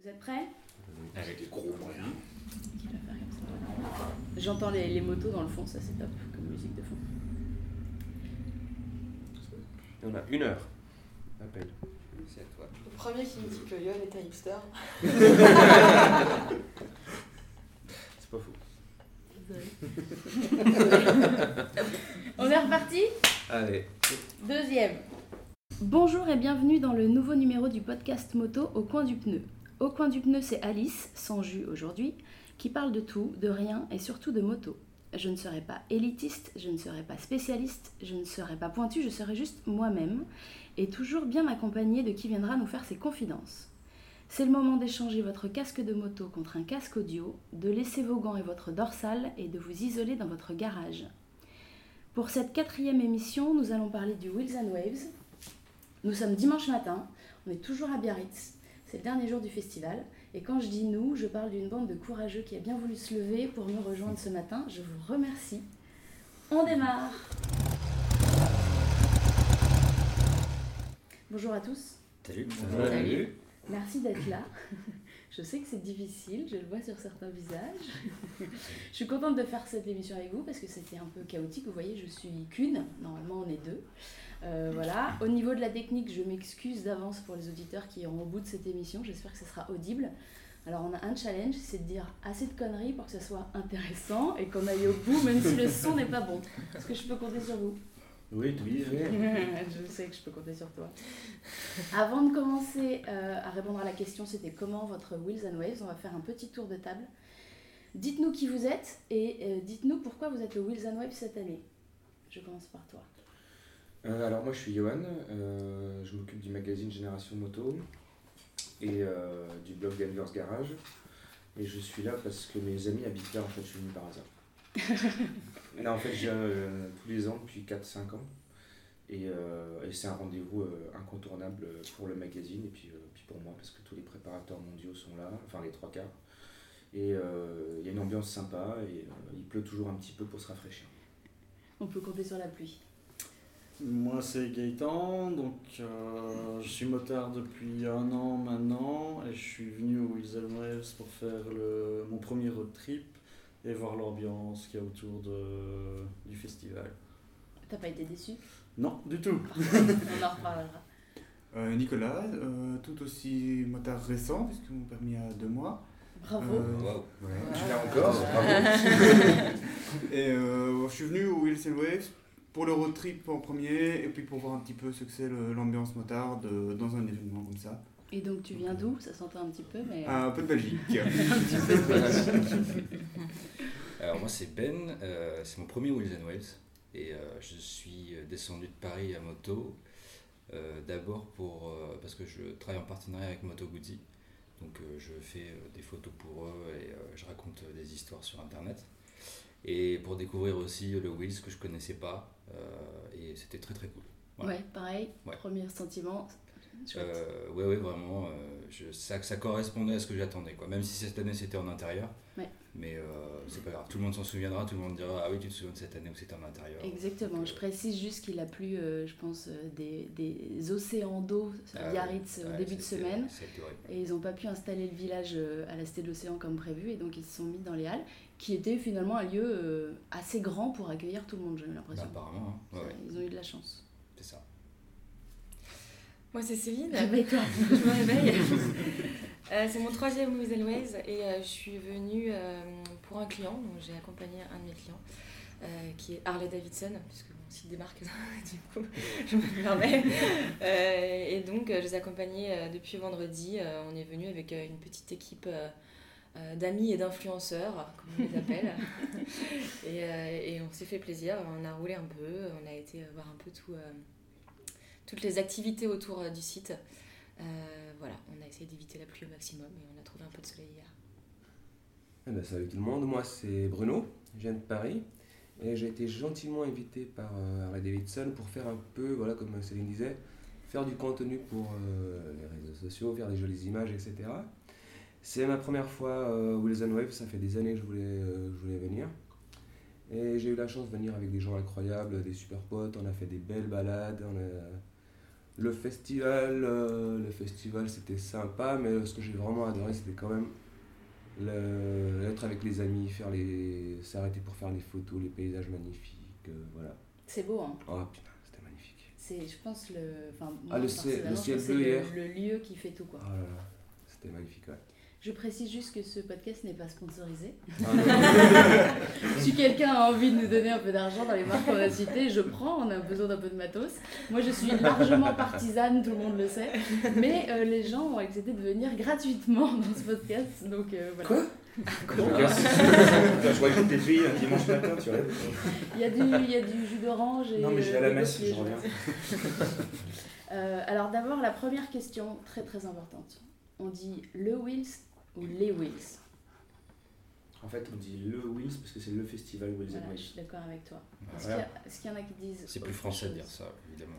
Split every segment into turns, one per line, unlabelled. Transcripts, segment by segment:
Vous êtes prêts
Avec des gros moyens.
J'entends les, les motos dans le fond, ça c'est top comme musique de fond.
Et on a une heure. Appel.
C'est à toi.
Le premier qui me dit que Yon est un hipster.
C'est pas faux.
On est reparti
Allez.
Deuxième. Bonjour et bienvenue dans le nouveau numéro du podcast moto Au coin du pneu. Au coin du pneu, c'est Alice, sans jus aujourd'hui, qui parle de tout, de rien et surtout de moto. Je ne serai pas élitiste, je ne serai pas spécialiste, je ne serai pas pointu, je serai juste moi-même et toujours bien accompagnée de qui viendra nous faire ses confidences. C'est le moment d'échanger votre casque de moto contre un casque audio, de laisser vos gants et votre dorsale et de vous isoler dans votre garage. Pour cette quatrième émission, nous allons parler du Wheels and Waves. Nous sommes dimanche matin, on est toujours à Biarritz, c'est le dernier jour du festival. Et quand je dis nous, je parle d'une bande de courageux qui a bien voulu se lever pour me rejoindre ce matin. Je vous remercie. On démarre Bonjour à tous,
Salut.
Salut.
merci d'être là. Je sais que c'est difficile, je le vois sur certains visages. Je suis contente de faire cette émission avec vous parce que c'était un peu chaotique. Vous voyez, je suis qu'une, normalement on est deux. Euh, voilà. Au niveau de la technique, je m'excuse d'avance pour les auditeurs qui iront au bout de cette émission. J'espère que ce sera audible. Alors, on a un challenge, c'est de dire assez de conneries pour que ce soit intéressant et qu'on aille au bout, même si le son n'est pas bon. Est-ce que je peux compter sur vous
Oui, oui, oui.
Je sais que je peux compter sur toi. Avant de commencer euh, à répondre à la question, c'était comment votre Wheels and Waves On va faire un petit tour de table. Dites-nous qui vous êtes et euh, dites-nous pourquoi vous êtes le Wheels and Waves cette année. Je commence par toi.
Euh, alors moi je suis Johan, euh, je m'occupe du magazine Génération Moto et euh, du blog Gamers Garage. Et je suis là parce que mes amis habitent là, en fait je suis venu par hasard. non, en fait je viens euh, tous les ans depuis 4-5 ans. Et, euh, et c'est un rendez-vous euh, incontournable pour le magazine et puis, euh, puis pour moi parce que tous les préparateurs mondiaux sont là, enfin les trois quarts. Et euh, il y a une ambiance sympa et euh, il pleut toujours un petit peu pour se rafraîchir.
On peut compter sur la pluie.
Moi, c'est Gaëtan, donc euh, je suis motard depuis un an maintenant et je suis venu au Wheels and Waves pour faire le, mon premier road trip et voir l'ambiance qu'il y a autour de, du festival.
T'as pas été déçu
Non, du tout.
On en reparlera.
Euh, Nicolas, euh, tout aussi motard récent, puisque mon permis a deux mois.
Bravo.
Euh,
Wow.
Tu l'as encore Bravo.
Et euh, je suis venu au Wheels and Waves pour le road trip en premier, et puis pour voir un petit peu ce que c'est le- l'ambiance motard de- dans un événement comme ça.
Et donc tu viens d'où Ça s'entend un petit peu, mais
Ah.
Un peu de Belgique.
Alors moi c'est Ben, euh, c'est mon premier Wheels and Waves et euh, je suis descendu de Paris à moto. euh, D'abord pour euh, parce que je travaille en partenariat avec Moto Guzzi, donc euh, je fais euh, des photos pour eux et euh, je raconte euh, des histoires sur internet. Et pour découvrir aussi le Wheels que je connaissais pas euh, et c'était très très cool. voilà.
ouais, pareil.
Ouais.
Premier sentiment. chouette.
Euh, ouais, ouais, vraiment. euh, je, ça, ça correspondait à ce que j'attendais, quoi. Même si cette année c'était en intérieur.
Ouais.
Mais euh, c'est pas grave. Tout le monde s'en souviendra. Tout le monde dira Ah oui, tu te souviens de cette année où c'était en intérieur.
Exactement, je précise juste qu'il a plu, euh, je pense, euh, des, des océans d'eau sur
Ah,
Biarritz
ouais,
au début de
c'était-
semaine.
C'était horrible.
Et ils n'ont pas pu installer le village euh, à la Cité de l'Océan comme prévu, et donc ils se sont mis dans les Halles, qui était finalement un lieu euh, assez grand pour accueillir tout le monde, j'ai
Bah,
l'impression.
apparemment, hein. ouais, ouais,
Ils ont eu de la chance.
c'est ça.
Moi, c'est Céline.
Réveille-toi.
je me réveille. Euh, c'est mon troisième Louis Always et euh, je suis venue euh, pour un client, donc j'ai accompagné un de mes clients euh, qui est Harley Davidson, puisque on s'y démarque, du coup je me permets. Euh, et donc euh, je les ai accompagnés euh, depuis vendredi. Euh, on est venu avec euh, une petite équipe euh, euh, d'amis et d'influenceurs, comme on les appelle. et, euh, et on s'est fait plaisir, on a roulé un peu, on a été voir un peu tout, euh, toutes les activités autour euh, du site. Euh, voilà, on a essayé d'éviter la pluie au maximum et on a trouvé un peu de soleil hier.
Eh ben, salut tout le monde, moi c'est Bruno, je viens de Paris et j'ai été gentiment invité par euh, Harley Davidson pour faire un peu, voilà, comme Céline disait, faire du contenu pour euh, les réseaux sociaux, faire des jolies images, etc. C'est ma première fois euh, Wheels and Waves, ça fait des années que je voulais, euh, que je voulais venir. Et j'ai eu la chance de venir avec des gens incroyables, des super potes, on a fait des belles balades, on a, Le festival, euh, le festival c'était sympa, mais ce que j'ai vraiment adoré c'était quand même le- être avec les amis, faire les, s'arrêter pour faire les photos, les paysages magnifiques, euh, voilà.
C'est beau, hein.
Oh putain, c'était magnifique.
C'est, je pense, le. Enfin,
Ah, le ciel-
personnellement,
le
je
ciel
pense que
bleu
c'est le, le lieu qui fait tout, quoi.
Oh là là, c'était magnifique, ouais.
Je précise juste que ce podcast n'est pas sponsorisé.
Ah, non, non.
Si quelqu'un a envie de nous donner un peu d'argent dans les marques qu'on a citées, je prends, on a besoin d'un peu de matos. Moi, je suis largement partisane, tout le monde le sait. Mais euh, les gens ont accepté de venir gratuitement dans ce podcast, donc euh, voilà.
Quoi
Je regarde si- Je vois que t'es filles un dimanche matin, tu rêves.
Il y a du, il y a du jus d'orange et.
Non, mais je vais à
euh,
la
des
messe,
coquilles,
je reviens.
Euh, alors d'abord, la première question, très très importante. On dit le Wills ou les Wills
En fait, on dit le Wills parce que c'est le festival Wills and
Voilà, je
Waves.
suis d'accord avec toi. Est-ce qu'il y
Voilà.
a- est-ce qu'il y, en a qui disent.
C'est plus
autre
français de dire
chose
ça, évidemment.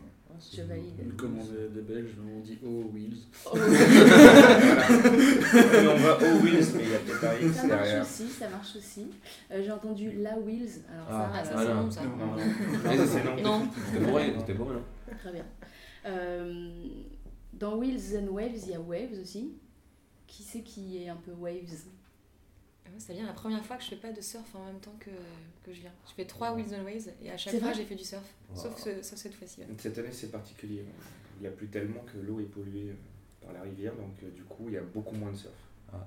Je valide.
Comme Mmh. on est des Belges, on dit Oh Wheels.
Mais on va au Wills, mais il y a peut-être un X
Ça marche
derrière.
aussi, ça marche aussi. Euh, J'ai entendu la Wills. Alors
Ah,
ça,
ça,
euh,
c'est
Ah,
bon, ça. Ah,
Non, non,
Mais
non.
ça,
c'est
c'est
non.
Non,
C'était bourré, c'était bourré, hein.
très bien. Euh, dans Wills and Waves, il y a Waves aussi. Qui c'est qui est un peu Waves
Ouais, ça vient la première fois que je fais pas de surf en même temps que, que je viens. Je fais trois Wheels and Waves et à chaque
C'est
fois
vrai
j'ai fait du surf.
Wow.
Sauf, ce- sauf cette fois-ci. ouais.
Cette année, c'est particulier. Il n'y a plus tellement que l'eau est polluée euh, par la rivière, donc euh, du coup, il y a beaucoup moins de surf.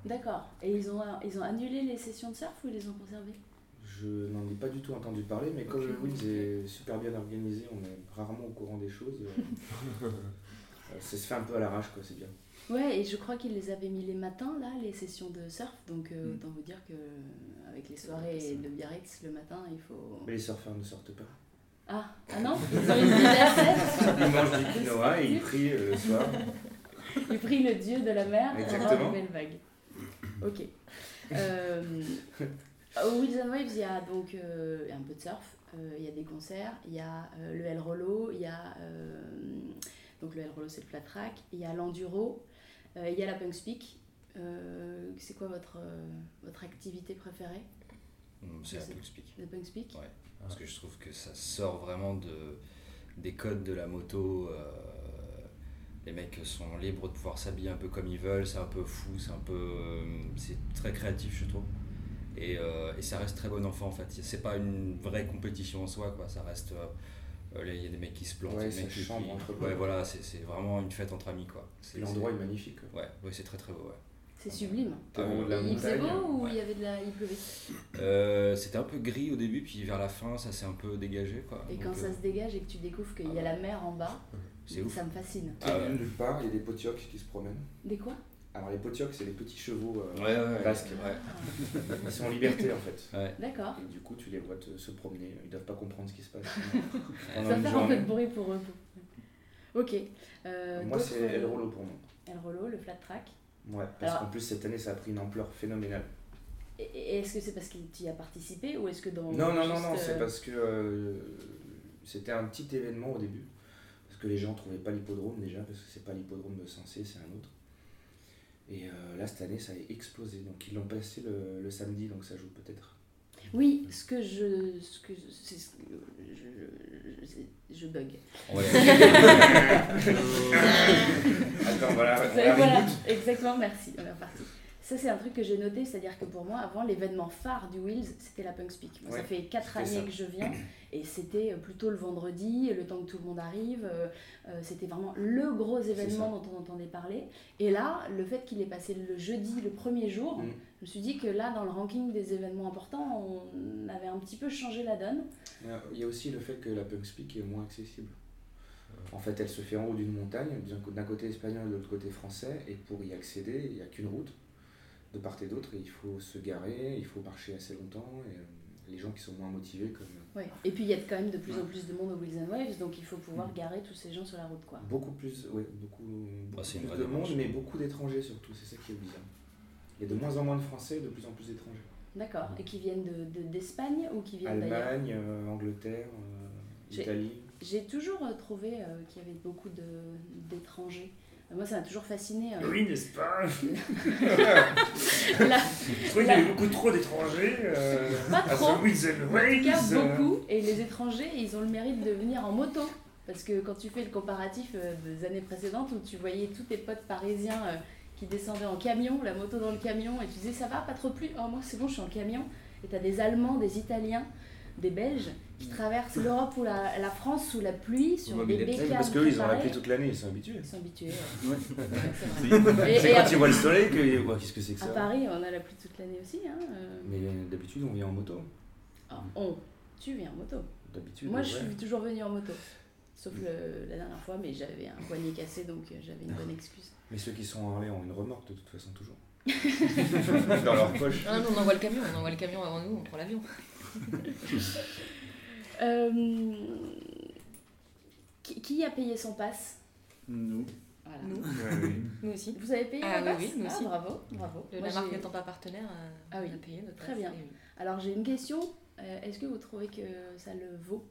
D'accord. Et ils ont, ils ont annulé les sessions de surf ou ils les ont conservées
Je n'en ai pas du tout entendu parler, mais comme le Wills est super bien organisé, on est rarement au courant des choses. euh, euh, Ça se fait un peu à l'arrache, quoi, c'est bien.
Ouais, et je crois qu'ils les avaient mis les matins, là, les sessions de surf. Donc euh, autant vous dire que euh, avec les soirées de Biarritz, le matin, il faut.
Mais les surfeurs ne sortent pas.
Ah, ah non Ils ont une vie d'asset.
Ils mangent du quinoa et ils prient euh, le soir.
Ils prient le dieu de la mer pour avoir
Exactement.
une belle vague. Ok. Euh, au Wheels and Waves, il y a donc euh, un peu de surf, euh, il y a des concerts, il y a euh, le El Rollo, il y a. euh, donc le El Rollo, c'est le flat track, il y a l'enduro, euh, il y a la punk speak. Euh, c'est quoi votre, euh, votre activité préférée
Hum, C'est un
C'est-
peu expliqué.
de punk speak
Ouais. Parce que je trouve que ça sort vraiment de, des codes de la moto. euh, les mecs sont libres de pouvoir s'habiller un peu comme ils veulent, c'est un peu fou, c'est un peu. euh, C'est très créatif, je trouve. Et, euh, et ça reste très bon enfant en fait. C'est pas une vraie compétition en soi, quoi. Ça reste. euh, euh, là, Il y a des mecs qui se plantent,
Ouais,
des
ça
mecs qui-
chambre
qui-
entre
Ouais,
potes.
voilà, c'est c'est vraiment une fête entre amis, quoi. C'est-
L'endroit est magnifique. quoi.
c'est- Ouais, ouais, c'est très très beau, ouais.
C'est sublime.
T'es
Ah,
au haut de la
il faisait
montagne.
beau ou
ouais.
il y avait de la. Il pleuvait
Euh, C'était un peu gris au début, puis vers la fin, ça s'est un peu dégagé, quoi.
Et
Donc,
quand ça
euh,
se dégage et que tu découvres qu'il y
ah
a
ouais.
la mer en bas,
C'est ouf.
ça me fascine.
Ah ouais.
Nulle part, il y a des potiocs qui se promènent.
Des quoi
Alors les potiocs, c'est les petits chevaux. euh,
Ouais, ouais, ouais.
basques.
Ouais.
Ils sont en liberté en fait.
D'accord.
Et du coup, tu les vois te- se promener. Ils doivent pas comprendre ce qui se passe.
Euh, Ça va faire un
une
peu
journée.
de bruit pour eux. Ok. Euh,
Moi,
d'autres- euh,
c'est El Rolo pour moi.
El Rolo, le flat track.
Ouais, parce
Alors-
qu'en plus, cette année, ça a pris une ampleur phénoménale.
Et, et est-ce que c'est parce que tu y as participé ou est-ce que dans.
Non, non, non,
juste,
non,
euh,
c'est parce que euh, c'était un petit événement au début. Parce que les gens trouvaient pas l'hippodrome déjà, parce que c'est pas l'hippodrome de Sensé, c'est un autre. Et euh, là, cette année, ça a explosé. Donc, ils l'ont passé le, le samedi, donc ça joue peut-être.
Oui, ce que je. Ce que c'est ce que je, je, je- je bug.
On va y
Attends, voilà. on
Ça,
arrive.
voilà, exactement, merci. On est reparti. Ça, c'est un truc que j'ai noté, c'est-à-dire que pour moi, avant, l'événement phare du Wheels, c'était la Punk Speak. Moi, ça
Ouais,
fait 4 années
c'était ça.
que je viens, et c'était euh, plutôt le vendredi, le temps que tout le monde arrive. euh, euh, c'était vraiment le gros événement dont on entendait parler. Et là, le fait qu'il est passé le jeudi, le premier jour,
Mm.
je me suis dit que là, dans le ranking des événements importants, on avait un petit peu changé la donne.
Euh, Il y a aussi le fait que la Punk Speak est moins accessible. En fait, elle se fait en haut d'une montagne, d'un cô- d'un côté espagnol, de l'autre côté français, et pour y accéder, il n'y a qu'une route de part et d'autre, et il faut se garer, il faut marcher assez longtemps, et euh, les gens qui sont moins motivés, comme
Ouais. Et puis, il y a quand même de plus en plus de monde au Wheels and Waves, donc il faut
Mm.
pouvoir garer tous ces gens sur la route, quoi.
beaucoup plus, ouais, beaucoup, beaucoup
Ah, c'est une
plus
vraie
de monde,
démarche.
mais beaucoup d'étrangers surtout, c'est ça qui est bizarre. Il y a de moins en moins de Français et de plus en plus d'étrangers.
D'accord. Et qui viennent de- de- d'Espagne ou qui viennent d'ailleurs
Allemagne, euh, Angleterre, euh,
J'ai-
Italie.
J'ai toujours euh, trouvé euh, qu'il y avait beaucoup de- d'étrangers. Euh, Moi, ça m'a toujours fasciné. euh,
Oui, n'est-ce pas
la-
Je trouvais qu'il y avait beaucoup trop d'étrangers euh,
Pas
à
trop.
ce Wills and
en tout cas,
Waves. euh.
beaucoup. Et les étrangers, ils ont le mérite de venir en moto. Parce que quand tu fais le comparatif euh, des années précédentes où tu voyais tous tes potes parisiens euh, qui descendaient en camion, la moto dans le camion, et tu disais ça va, pas trop plus, oh moi c'est bon, je suis en camion. Et t'as des Allemands, des Italiens, des Belges qui traversent l'Europe ou la, la France sous la pluie, sur
Ouais,
des
mais les-
bécanes.
Oui, mais parce qu'eux, ils ont la
préparées.
pluie toute l'année, ils sont habitués.
Ils sont habitués. ouais.
Ouais.
Ouais, c'est vrai. Et-
C'est
et
quand
à-
ils voient le soleil que. ouais, Qu'est-ce que c'est que
À
ça
Paris, on a la pluie toute l'année aussi. Hein. euh.
Mais d'habitude, on vient en moto.
Ah, on. Tu viens en moto.
D'habitude.
Moi,
ouais.
je suis toujours venue en moto. Sauf le- la dernière fois, mais j'avais un poignet cassé, donc euh, j'avais une bonne excuse.
Mais ceux qui sont en Harley ont une remorque de toute façon, toujours. Dans leur poche.
Ah, non, on envoie le camion, on envoie le camion avant nous, on prend l'avion.
Euh, qui, qui a payé son pass
Nous.
Voilà.
Nous, nous aussi.
Vous avez payé
Ah
votre
oui,
pass
oui, nous
Ah,
aussi.
bravo, bravo.
Le-
Moi,
la marque
j'ai-
n'étant pas partenaire, euh,
Ah oui.
on a payé notre
Très
place,
bien.
et oui.
Alors, j'ai une question. Euh, Est-ce que vous trouvez que ça le vaut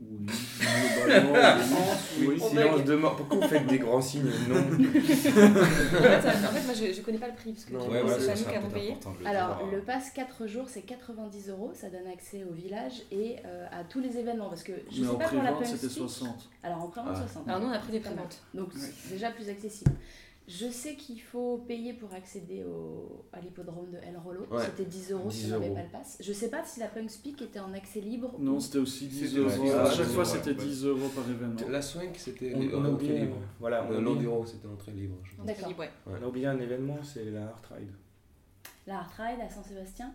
Oui. Globalement, oui.
Oui,
On
silence
bug.
de mort. Pourquoi vous faites des grands signes Non.
En fait, ça- en fait, moi, je, je connais pas le prix, parce que
Non,
du
ouais,
coup,
voilà,
c'est
ça
pas nous qui
serait
avons
peut-être
payé.
important de le
Alors,
dire.
euh,
le pass 4 jours, c'est 90 euros. Ça donne accès au village et euh, à tous les événements. Parce que je
Mais
sais
en
pas pour la
pré-vente, c'était 60.
Alors, en pré-vente,
Ah.
60.
Alors, nous, on a pris des
Très bien.
préventes.
Donc
Ouais.
c'est déjà plus accessible. Je sais qu'il faut payer pour accéder au, à l'hippodrome de El Rollo.
Ouais.
C'était 10 euros
10
si on n'avait
euros.
pas le pass. Je sais pas si la Punk's Peak était en accès libre.
Non,
ou-
c'était aussi 10
C'était
euros.
aussi
À
10
chaque fois,
euros,
c'était
ouais.
10 euros par événement.
La swing, c'était
On, on a
euh,
oublié.
libre.
Voilà, on,
Le
a oublié-
l'enduro, c'était entrée libre. je pense.
D'accord.
Donc, ouais.
on a oublié un événement, c'est la Art Ride,
La Art Ride à Saint-Sébastien.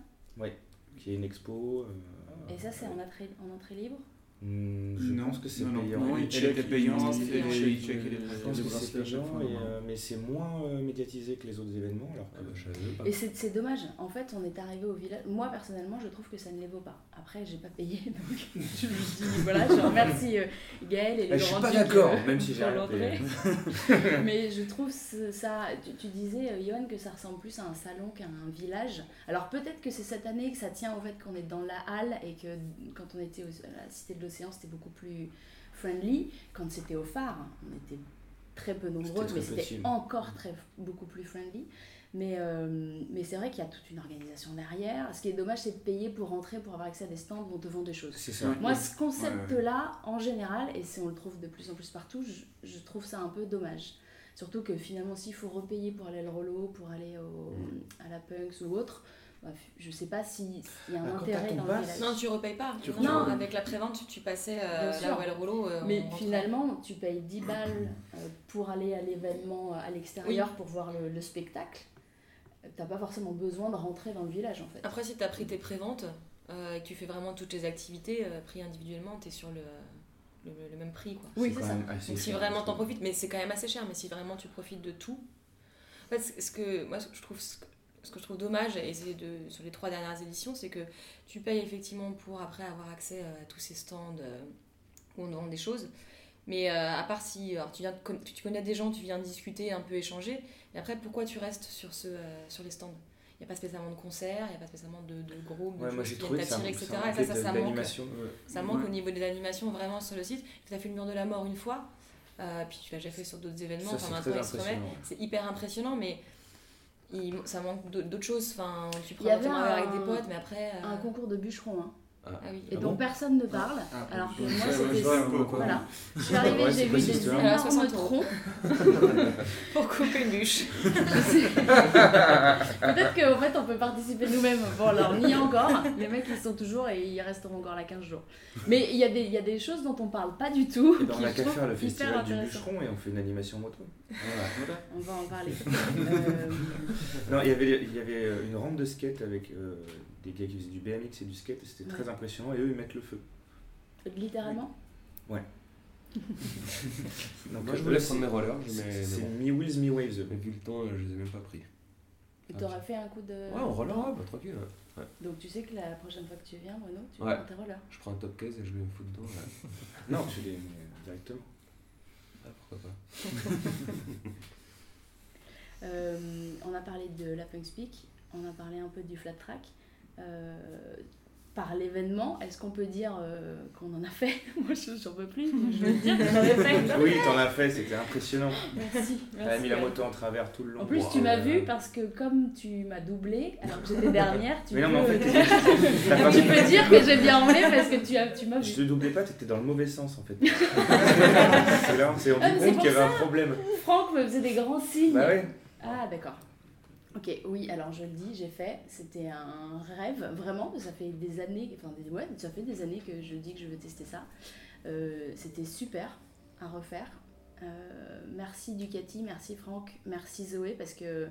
qui est une expo. euh,
Et ça, c'est en, entrée- en entrée libre.
hmm, je
Non,
pense que c'est
non, non,
payant.
non,
il
elle était
check,
payante,
il-
elle est-
il
il
check
check, elle est-
les-
Je pense
les
que c'est
bracelets à chaque
payant,
fois,
et,
normalement.
euh, mais c'est moins euh, médiatisé que les autres événements. Alors que,
Ah bah, je savais pas.
Et c'est c'est dommage. En fait, on est arrivé au village. Moi, personnellement, je trouve que ça ne les vaut pas. Après, j'ai pas payé. Donc je me dis, voilà, je remercie euh, Gaël et les
Ah, je suis
Laurentides,
pas d'accord,
euh,
même si j'ai hein.
pour
rien payé.
l'entrée. Mais je trouve ce- ça. Tu, tu disais, euh, Johan, que ça ressemble plus à un salon qu'à un village. Alors peut-être que c'est cette année que ça tient au fait qu'on est dans la halle et que quand on était au- à la Cité de l'Océan, c'était beaucoup plus friendly. Quand c'était au phare, hein, on était très peu nombreux,
C'était
mais
très
c'était
petit.
encore très, beaucoup plus friendly. Mais, euh, mais c'est vrai qu'il y a toute une organisation derrière. Ce qui est dommage, c'est de payer pour rentrer, pour avoir accès à des stands où on te vend des choses.
C'est ça.
Moi, ce concept-là, en général, et si on le trouve de plus en plus partout, je, je trouve ça un peu dommage. Surtout que finalement, s'il faut repayer pour aller à le rollo, pour aller au-
Mm.
à la Punks ou autre, bah, je sais pas si- s'il y a un
Bah, quand t'as
intérêt
ton
dans le
pass,
village.
Non, tu repayes pas.
Tu
non,
repayes
pas.
avec la prévente, tu, tu passais
Bien
euh, là
sûr.
où elle roule. euh,
Mais
on rentre.
finalement, tu payes 10 balles euh, pour aller à l'événement euh, à l'extérieur pour voir le, le spectacle. Euh, T'as pas forcément besoin de rentrer dans le village en fait.
Ah,
Après, si tu as pris tes préventes euh, et que tu fais vraiment toutes les activités, euh, pris individuellement, tu es sur le, le, le même prix. Quoi.
Oui,
C'est
c'est
quand
ça.
même assez
Donc, si
cher,
vraiment
parce que-
t'en profites, mais c'est quand même assez cher, mais si vraiment tu profites de tout. En fait, ce ce que, moi, ce que je trouve, ce que- ce que je trouve dommage, et c'est de, sur les trois dernières éditions, c'est que tu payes effectivement pour après avoir accès euh, à tous ces stands euh, où on vend des choses. Mais euh, à part si alors, tu, viens, de con- tu tu connais des gens, tu viens discuter, un peu échanger, et après pourquoi tu restes sur, ce, euh, sur les stands Il n'y a pas spécialement de concert, il n'y a pas spécialement de, de groupes, de
Ouais, moi j'ai
choses qui viennent
trouvé que ça
t'attirer, etc.
ça
Et ça,
manquait
ça,
de-
ça manque. euh,
d'animation.
Ça manque
Ouais.
au niveau des animations vraiment sur le site. Tu as fait le mur de la mort une fois, euh, puis tu l'as déjà fait sur d'autres événements.
Ça
enfin,
c'est
maintenant,
très
il se remet.
impressionnant.
C'est hyper impressionnant, mais il- ça manque d'au- d'autres choses. Enfin,
Il
tu
y
prends le
avait
temps avec
un-
des potes, mais après. euh,
Un concours de bûcherons, hein,
Ah oui.
et
Ah
dont
bon
personne ne parle.
Ah,
alors que
ouais,
moi,
ouais,
c'était.
je vois un peu, quoi.
voilà. Je suis arrivée,
Ouais, c'est
j'ai vu
quoi cette
des
histoire
Alors,
énormes
60 euros.
troncs.
Pour couper une bûche.
Peut-être qu'en fait, on peut participer nous-mêmes. Bon, alors, on y est encore. Les mecs, ils sont toujours et ils resteront encore là 15 jours. Mais il y, a des- il y a des choses dont on parle pas du tout.
Et ben, on
qui
n'a
je
qu'à
trouve
faire le
hyper
festival du
intéressantes.
bûcheron et on fait une animation moto. Voilà.
On va en parler. Euh,
Non, il y avait, il y avait euh, une rampe de skate avec euh, des gars qui faisaient du BMX et du skate, c'était très impressionnant et eux ils mettent le feu.
littéralement
Donc,
Moi, je
euh,
voulais
eux,
prendre mes rollers,
c'est-
mais mais
C'est
bon.
mi-wheels, mi-waves. eux.
Mais vu le temps, je les ai même pas pris.
T'aurais fait un coup de.
Euh.
Ouais, on roller, ouais, bah, tranquille. ouais.
Donc tu sais que la prochaine fois que tu viens, Bruno, tu
Ouais.
prends tes rollers.
Je prends un top case et je mets me foutre dedans. ouais.
Non, tu les mets euh, directement.
Ah, pourquoi pas.
Euh, on a parlé de la Punk Speak, on a parlé un peu du flat track. Euh, par l'événement, est-ce qu'on peut dire euh, qu'on en a fait Moi, je j'en peux plus. Moi, je veux dire qu'on en a fait.
Oui, t'en as fait, c'était impressionnant.
Ah Merci.
T'as
merci.
mis la moto en travers tout le long.
En plus,
Wow.
tu m'as vu parce que comme tu m'as doublé, alors que j'étais dernière, tu
Mais
peux,
non, mais en fait, t'es- t'as pas
tu peux
compris.
dire que j'ai bien roulé parce que tu as- tu m'as
Je
vu.
te doublais pas, t'étais dans le mauvais sens en fait. c'est là, on s'est
Ah,
rendu
mais c'est
compte
pour
qu'il y avait un problème.
Franck me faisait des grands signes.
Bah ouais.
Ah, d'accord. Ok, oui, alors je le dis, j'ai fait. C'était un rêve, vraiment. Ça fait des années, enfin, des- ouais, ça fait des années que je dis que je veux tester ça. Euh, C'était super à refaire. Euh, merci Ducati, merci Franck, merci Zoé, parce que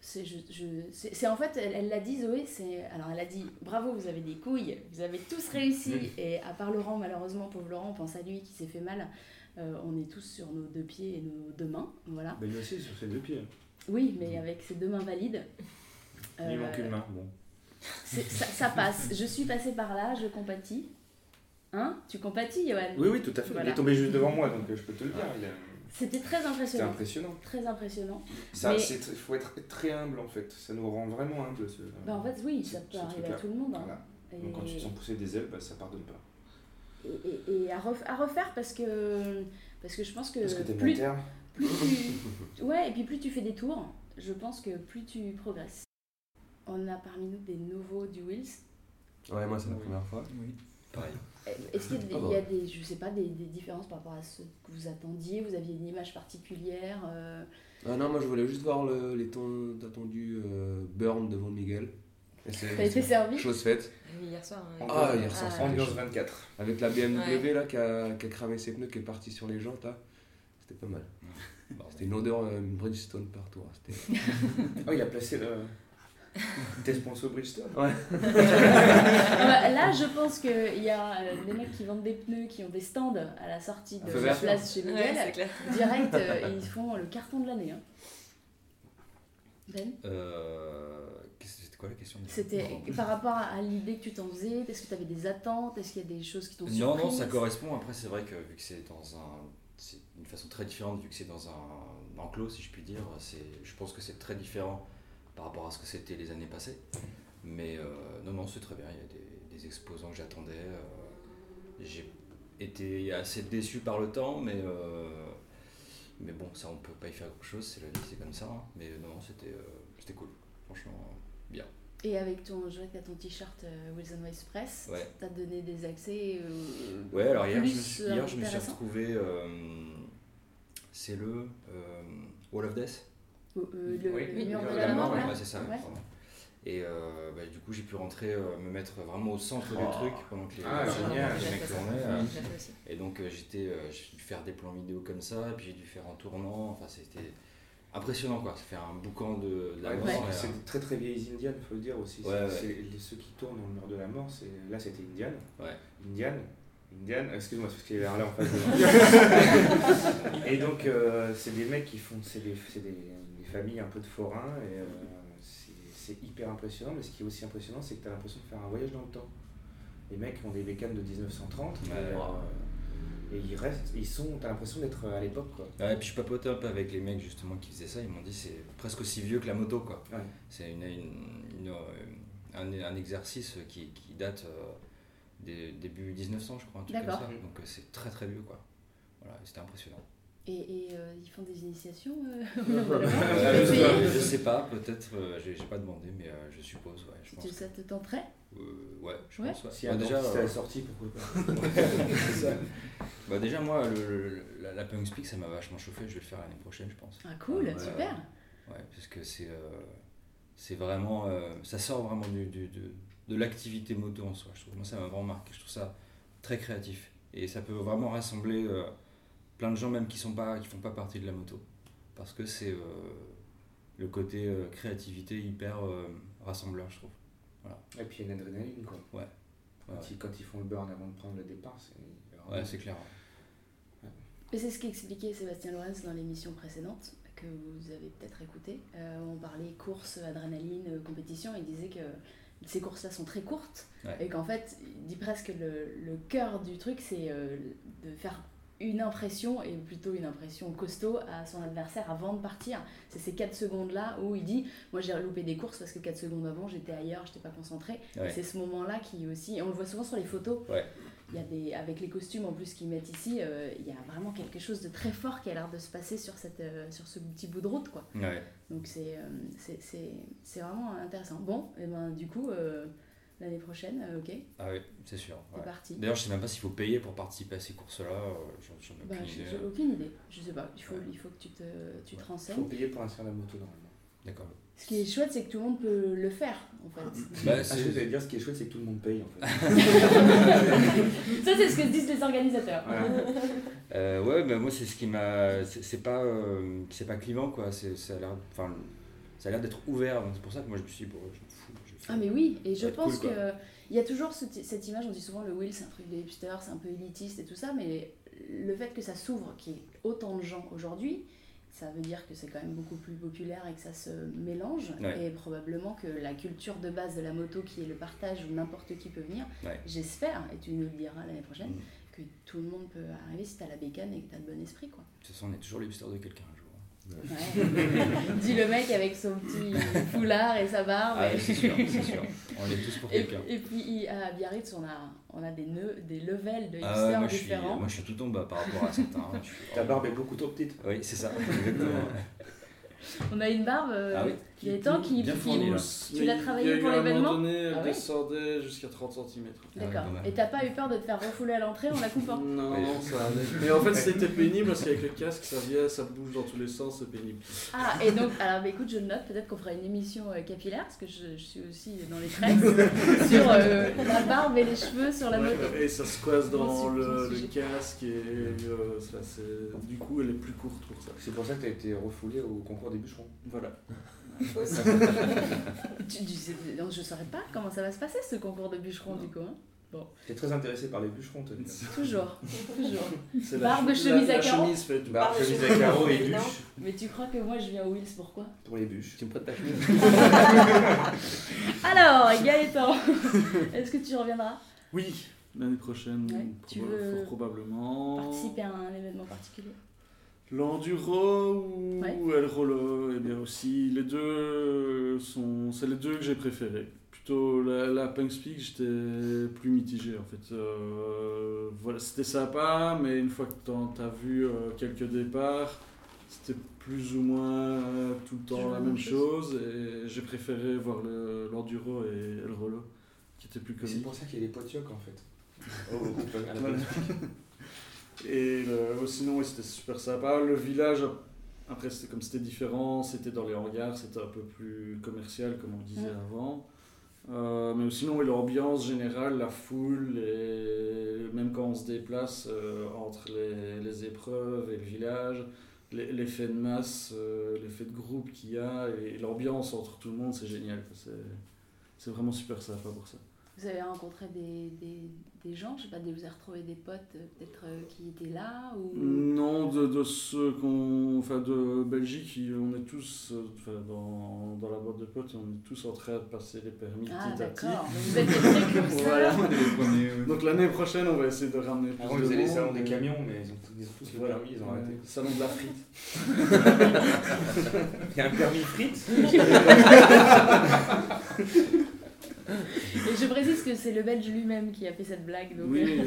c'est je, je- c'est- c'est en fait, elle elle l'a dit Zoé, c'est. Alors elle a dit bravo, vous avez des couilles, vous avez tous réussi. Et à part Laurent, malheureusement, pauvre Laurent, on pense à lui qui s'est fait mal. Euh, on est tous sur nos deux pieds et nos deux mains, voilà.
Bah lui aussi sur ses deux pieds.
Oui, mais avec ses deux mains valides.
Il
Euh,
manque une main. Bon.
c'est- ça, ça passe. Je suis passée par là, je compatis. Hein Tu compatis, Johan
Oui oui tout à fait. Il
Voilà.
est tombé juste devant moi donc euh, je peux te le dire. il a-
C'était très
C'était
impressionnant.
impressionnant.
Très impressionnant.
Ça,
Mais-
c'est tr- faut être très humble en fait. Ça nous rend vraiment humble. Ce...
Bah, en fait, oui,
Ce-
ça peut
ce
arriver à
truc-là.
tout le monde. hein.
Voilà.
Et, Euh,
Donc quand tu te sens pousser des ailes, bah, ça pardonne pas.
et- et- et à, ref- à refaire parce que, parce que je pense que,
Parce que t'es
plus, Ah.
terre.
plus tu... Ouais, et puis plus tu fais des tours, je pense que plus tu progresses. On a parmi nous des nouveaux du Wills.
Ouais, moi, c'est la première fois.
Oui.
Euh, Est-ce qu'il y a des-
Ah bah.
il y a des, je sais pas, des, des différences par rapport à ce que vous attendiez Vous aviez une image particulière euh,
Ah non, moi, je voulais juste voir le- les tons attendus euh, Burn devant Miguel. Et Eh, c'est-
T'as été servi
Chose faite.
Oui, Hier soir. hein.
Ah, hier soir,
Ah,
c'est-
Ambiance 24.
Avec la BMW là, qui, a, qui a cramé ses pneus, qui est partie sur les jantes. là. C'était pas mal.
Bon,
C'était une odeur euh, Bridgestone partout. hein. C'était-
Oh il a placé le. T'es sponsor Bridgestone.
Ah bah, Là, je pense qu'il y a euh, des mecs qui vendent des pneus, qui ont des stands à la sortie de
Feu
la
vert.
place chez
Ouais,
Miguel.
c'est clair.
Direct, euh, ils font le carton de l'année. hein. Ben
euh, qu'est-ce- C'était quoi la question déjà
c'était par rapport à à l'idée que tu t'en faisais, est-ce que tu avais des attentes, est-ce qu'il y a des choses qui t'ont surpris
Non, non, ça correspond. Après, c'est vrai que vu que c'est dans un. C'est une façon très différente, vu que c'est dans un enclos, si je puis dire. c'est- Je pense que c'est très différent par rapport à ce que c'était les années passées. Mais euh, non, non, c'est très bien. Il y a des, des exposants que j'attendais. euh, J'ai été assez déçu par le temps, mais. euh, Mais bon, ça, on peut pas y faire grand-chose. C'est la vie, c'est comme ça. hein. Mais non, non, c'était euh, c'était cool. Franchement,
Et avec ton, je vois que t'as ton t-shirt euh, Wilson Weiss Press,
ouais.
t'as donné des accès euh,
Ouais, alors hier, je me
plus,
suis,
euh,
hier, je me suis
intéressant.
retrouvé. euh, c'est le euh, Wall of Death
Au- euh, le,
Oui.
le mur de
Oui,
la
la
mort,
mort,
là.
ouais, c'est ça.
Ouais.
pardon. Et euh, bah, du coup, j'ai pu rentrer, euh, me mettre vraiment au centre du
Oh.
truc pendant que les,
Ah,
les
génial.
mecs
J'ai
tournaient.
fait
euh,
ça aussi.
et donc, euh, j'étais, euh, j'ai dû faire des plans vidéo comme ça, et puis j'ai dû faire en tournant. Enfin, c'était impressionnant quoi. Ça fait un boucan de, de la
Ouais,
mort.
parce
et, euh,
que C'est des très très vieilles indiennes, faut le dire aussi.
Ouais,
C'est-
ouais.
c'est- les- Ceux qui tournent dans le mur de la mort, c'est là c'était Indian.
Ouais.
Indian. Indian. Excuse-moi, c'est parce qu'il est là en face de moi. et donc euh, c'est des mecs qui font, c'est des, c'est des, des familles un peu de forains et euh, c'est c'est hyper impressionnant. Mais ce qui est aussi impressionnant, c'est que tu as l'impression de faire un voyage dans le temps. Les mecs ont des bécanes de 1930 et,
Ouais.
euh, et ils restent, ils sont, t'as l'impression d'être à l'époque quoi.
Ouais, Ah, et puis je papotais un peu avec les mecs justement qui faisaient ça, ils m'ont dit c'est presque aussi vieux que la moto quoi.
Ouais.
C'est une, une- une, euh, un, un exercice qui, qui date euh, des début 1900 je crois, un truc comme
D'accord.
ça. Donc euh, c'est très très vieux quoi. Voilà, c'était impressionnant.
Et, et, euh, ils font des initiations euh,
Ah,
Euh,
Vous avez
je sais pas, peut-être, euh, j'ai j'ai pas demandé mais euh, je suppose, ouais, je pense.
essayé Ça te tenterait
que- euh, ouais, je
Ouais.
pense. ouais.
Si
Bah,
un
déjà,
dentiste à
euh,
la sortie, pourquoi pas
c'est ça. Bah, déjà moi, le- le- la, la Punk Speak ça m'a vachement chauffé, je vais le faire l'année prochaine je pense.
Ah cool,
Ouais.
super
Ouais, parce que c'est euh, c'est vraiment. euh, ça sort vraiment du, du- de, de l'activité moto en soi, je trouve. Moi, ça m'a vraiment marqué. Je trouve ça très créatif. Et ça peut vraiment rassembler euh, plein de gens, même qui sont pas qui font pas partie de la moto. Parce que c'est euh, le côté euh, créativité hyper euh, rassembleur, je trouve.
Et puis il y a une adrénaline quoi.
Ouais,
Quand, ils, quand ils font le burn avant de prendre le départ, c'est.
ouais. Ouais, c'est clair. hein.
Mais c'est ce qu'expliquait Sébastien Lorenz dans l'émission précédente, que vous avez peut-être écouté. Euh, on parlait course, adrénaline, euh, compétition, et il disait que ces courses-là sont très courtes,
Ouais.
et qu'en fait, il dit presque le, le cœur du truc, c'est euh, de faire une impression, et plutôt une impression costaud, à son adversaire avant de partir. C'est ces 4 secondes-là où il dit Moi j'ai loupé des courses parce que 4 secondes avant j'étais ailleurs, j'étais pas concentré.
Ouais.
Et C'est ce moment-là qui aussi, et on le voit souvent sur les photos,
Ouais.
il y a des, avec les costumes en plus qu'ils mettent ici, euh, il y a vraiment quelque chose de très fort qui a l'air de se passer sur, cette, euh, sur ce petit bout de route. quoi.
Ouais.
Donc c'est euh, c'est- c'est c'est vraiment intéressant. Bon, et ben du coup, euh, l'année prochaine, euh, ok, c'est
Ah oui, c'est sûr. ouais.
parti.
D'ailleurs, je sais même pas s'il faut payer pour participer à ces courses-là. euh, J'en j'en ai
Bah,
aucune
j'ai
idée. hein.
j'ai aucune idée, je sais pas, il faut,
Ouais.
il faut que tu te, tu te
Ouais.
faut
renseignes.
payer pour inscrire la moto normalement.
hein. D'accord.
Ce qui est chouette, c'est que tout le monde peut le faire, en fait.
Bah,
Ah, je
c'est-
voulais dire, ce qui est chouette, c'est que tout le monde paye en fait.
Ça, c'est ce que disent les organisateurs.
Euh, ouais, mais moi c'est ce qui m'a, c'est c'est pas, euh, c'est pas clivant quoi. C'est, ça a l'air, enfin, ça a l'air d'être ouvert. Donc c'est pour ça que moi je me suis dit, bon, je m'en fous. je fais.
Ah mais oui, et je
Ouais,
pense
cool, quoi.
que il y a toujours ce ti- cette image, on dit souvent le Will c'est un truc de hipster, c'est un peu élitiste et tout ça, mais le fait que ça s'ouvre, qu'il y ait autant de gens aujourd'hui, ça veut dire que c'est quand même beaucoup plus populaire et que ça se mélange,
Ouais.
et probablement que la culture de base de la moto qui est le partage où n'importe qui peut venir,
Ouais.
j'espère, et tu nous le diras l'année prochaine,
Mm.
que tout le monde peut arriver si t'as la bécane et que t'as le bon esprit quoi.
De toute façon, on est toujours l'hipster de quelqu'un un jour.
Ouais. Dit le mec avec son petit foulard et sa barbe.
Ah,
et-
c'est sûr, c'est sûr. On l'est tous pour
Et,
quelqu'un.
et puis il- à Biarritz, on a, on a des, nœuds, des levels de
Ah, ouais,
hipsters
moi, je suis,
différents.
moi je suis tout en bas par rapport à certains. hein. Je suis-
Ta barbe est beaucoup trop petite.
Oui, c'est ça. Exactement.
On a une barbe, euh,
Ah oui.
il y a des temps qui.
Bien
qui-
fournie, là.
Tu l'as travaillé pour
À un
l'événement
moment donné, elle
Ah oui
descendait jusqu'à 30 cm.
D'accord.
Ah oui, quand même.
et t'as pas eu peur de te faire refouler à l'entrée en la coupant
Non,
Ouais.
non, ça allait. Mais en fait, c'était pénible parce qu'avec le casque, ça vient, ça bouge dans tous les sens, c'est pénible.
Ah, et donc, alors bah, écoute, je le note, peut-être qu'on fera une émission euh, capillaire, parce que je, je suis aussi dans les tresses, sur euh, la barbe et les cheveux sur la
Ouais,
moto.
et ça se coince dans
Bon, c'est
le,
tout le
le
sujet.
casque et euh, ça, c'est- du coup, elle est plus courte pour ça.
C'est pour ça que t'as été refoulé au concours des bûcherons.
Voilà.
Tu- tu sais- non, je saurais pas comment ça va se passer ce concours de bûcheron,
Non.
du coup. hein.
T'es très intéressé par les bûcherons, Tony.
Toujours, toujours.
C'est
Barbe,
la,
chemise
la-
à
la
carreaux.
chemise fait tout.
Barbe,
Barbe,
chemise à
chemise,
carreaux et
évidemment.
bûches.
Mais tu crois que moi je viens au Wills, pourquoi
Pour les bûches.
Tu me prêtes ta chemise
Alors, Gaëtan, est-ce que tu reviendras
Oui, l'année prochaine,
Ouais, tu
proba-
veux
fort probablement.
participer à un événement particulier
L'enduro ou
Ouais.
El Rolo, eh bien aussi, les deux sont, c'est les deux que j'ai préférés. Plutôt la, la Punk Speak, j'étais plus mitigé en fait. Euh, voilà, c'était sympa, mais une fois que t'en- t'as vu euh, quelques départs, c'était plus ou moins euh, tout le temps
Toujours
la même chose. Et j'ai préféré voir le- l'enduro et El Rolo, qui était plus
C'est
connu.
pour ça qu'il y a des potiocs en fait. Oh, à la
Voilà.
bonne-
Et le- sinon, ouais, c'était super sympa. Le village, après, c'était comme c'était différent, c'était dans les hangars, c'était un peu plus commercial, comme on disait
Ouais.
avant. Euh, mais sinon, ouais, l'ambiance générale, la foule, et même quand on se déplace euh, entre les, les épreuves et le village, les- l'effet de masse, euh, l'effet de groupe qu'il y a, et, l'ambiance entre tout le monde, c'est génial. C'est- C'est vraiment super sympa pour ça.
Vous avez rencontré des, des, des gens, je sais pas, des- vous avez retrouvé des potes euh, peut-être euh, qui étaient là ou...
Non, de, de ceux qu'on. Enfin, de Belgique, ils- on est tous. euh, Enfin, dans, dans la boîte de potes, on est tous en train de passer les permis
Ah
petit à petit.
d'accord, vous êtes des précurseurs.
Voilà.
On est les premiers, ouais.
Donc l'année prochaine, on va essayer de ramener plus
Avant, ils
de
faisaient les
monde. euh,
salons des camions, mais ils ont, ils ont tous le
Voilà.
permis, ils ont arrêté.
Euh, Salon de la frite.
Il y a un permis frites
Et je précise que c'est le Belge lui-même qui a fait cette blague. Donc... euh,
Oui.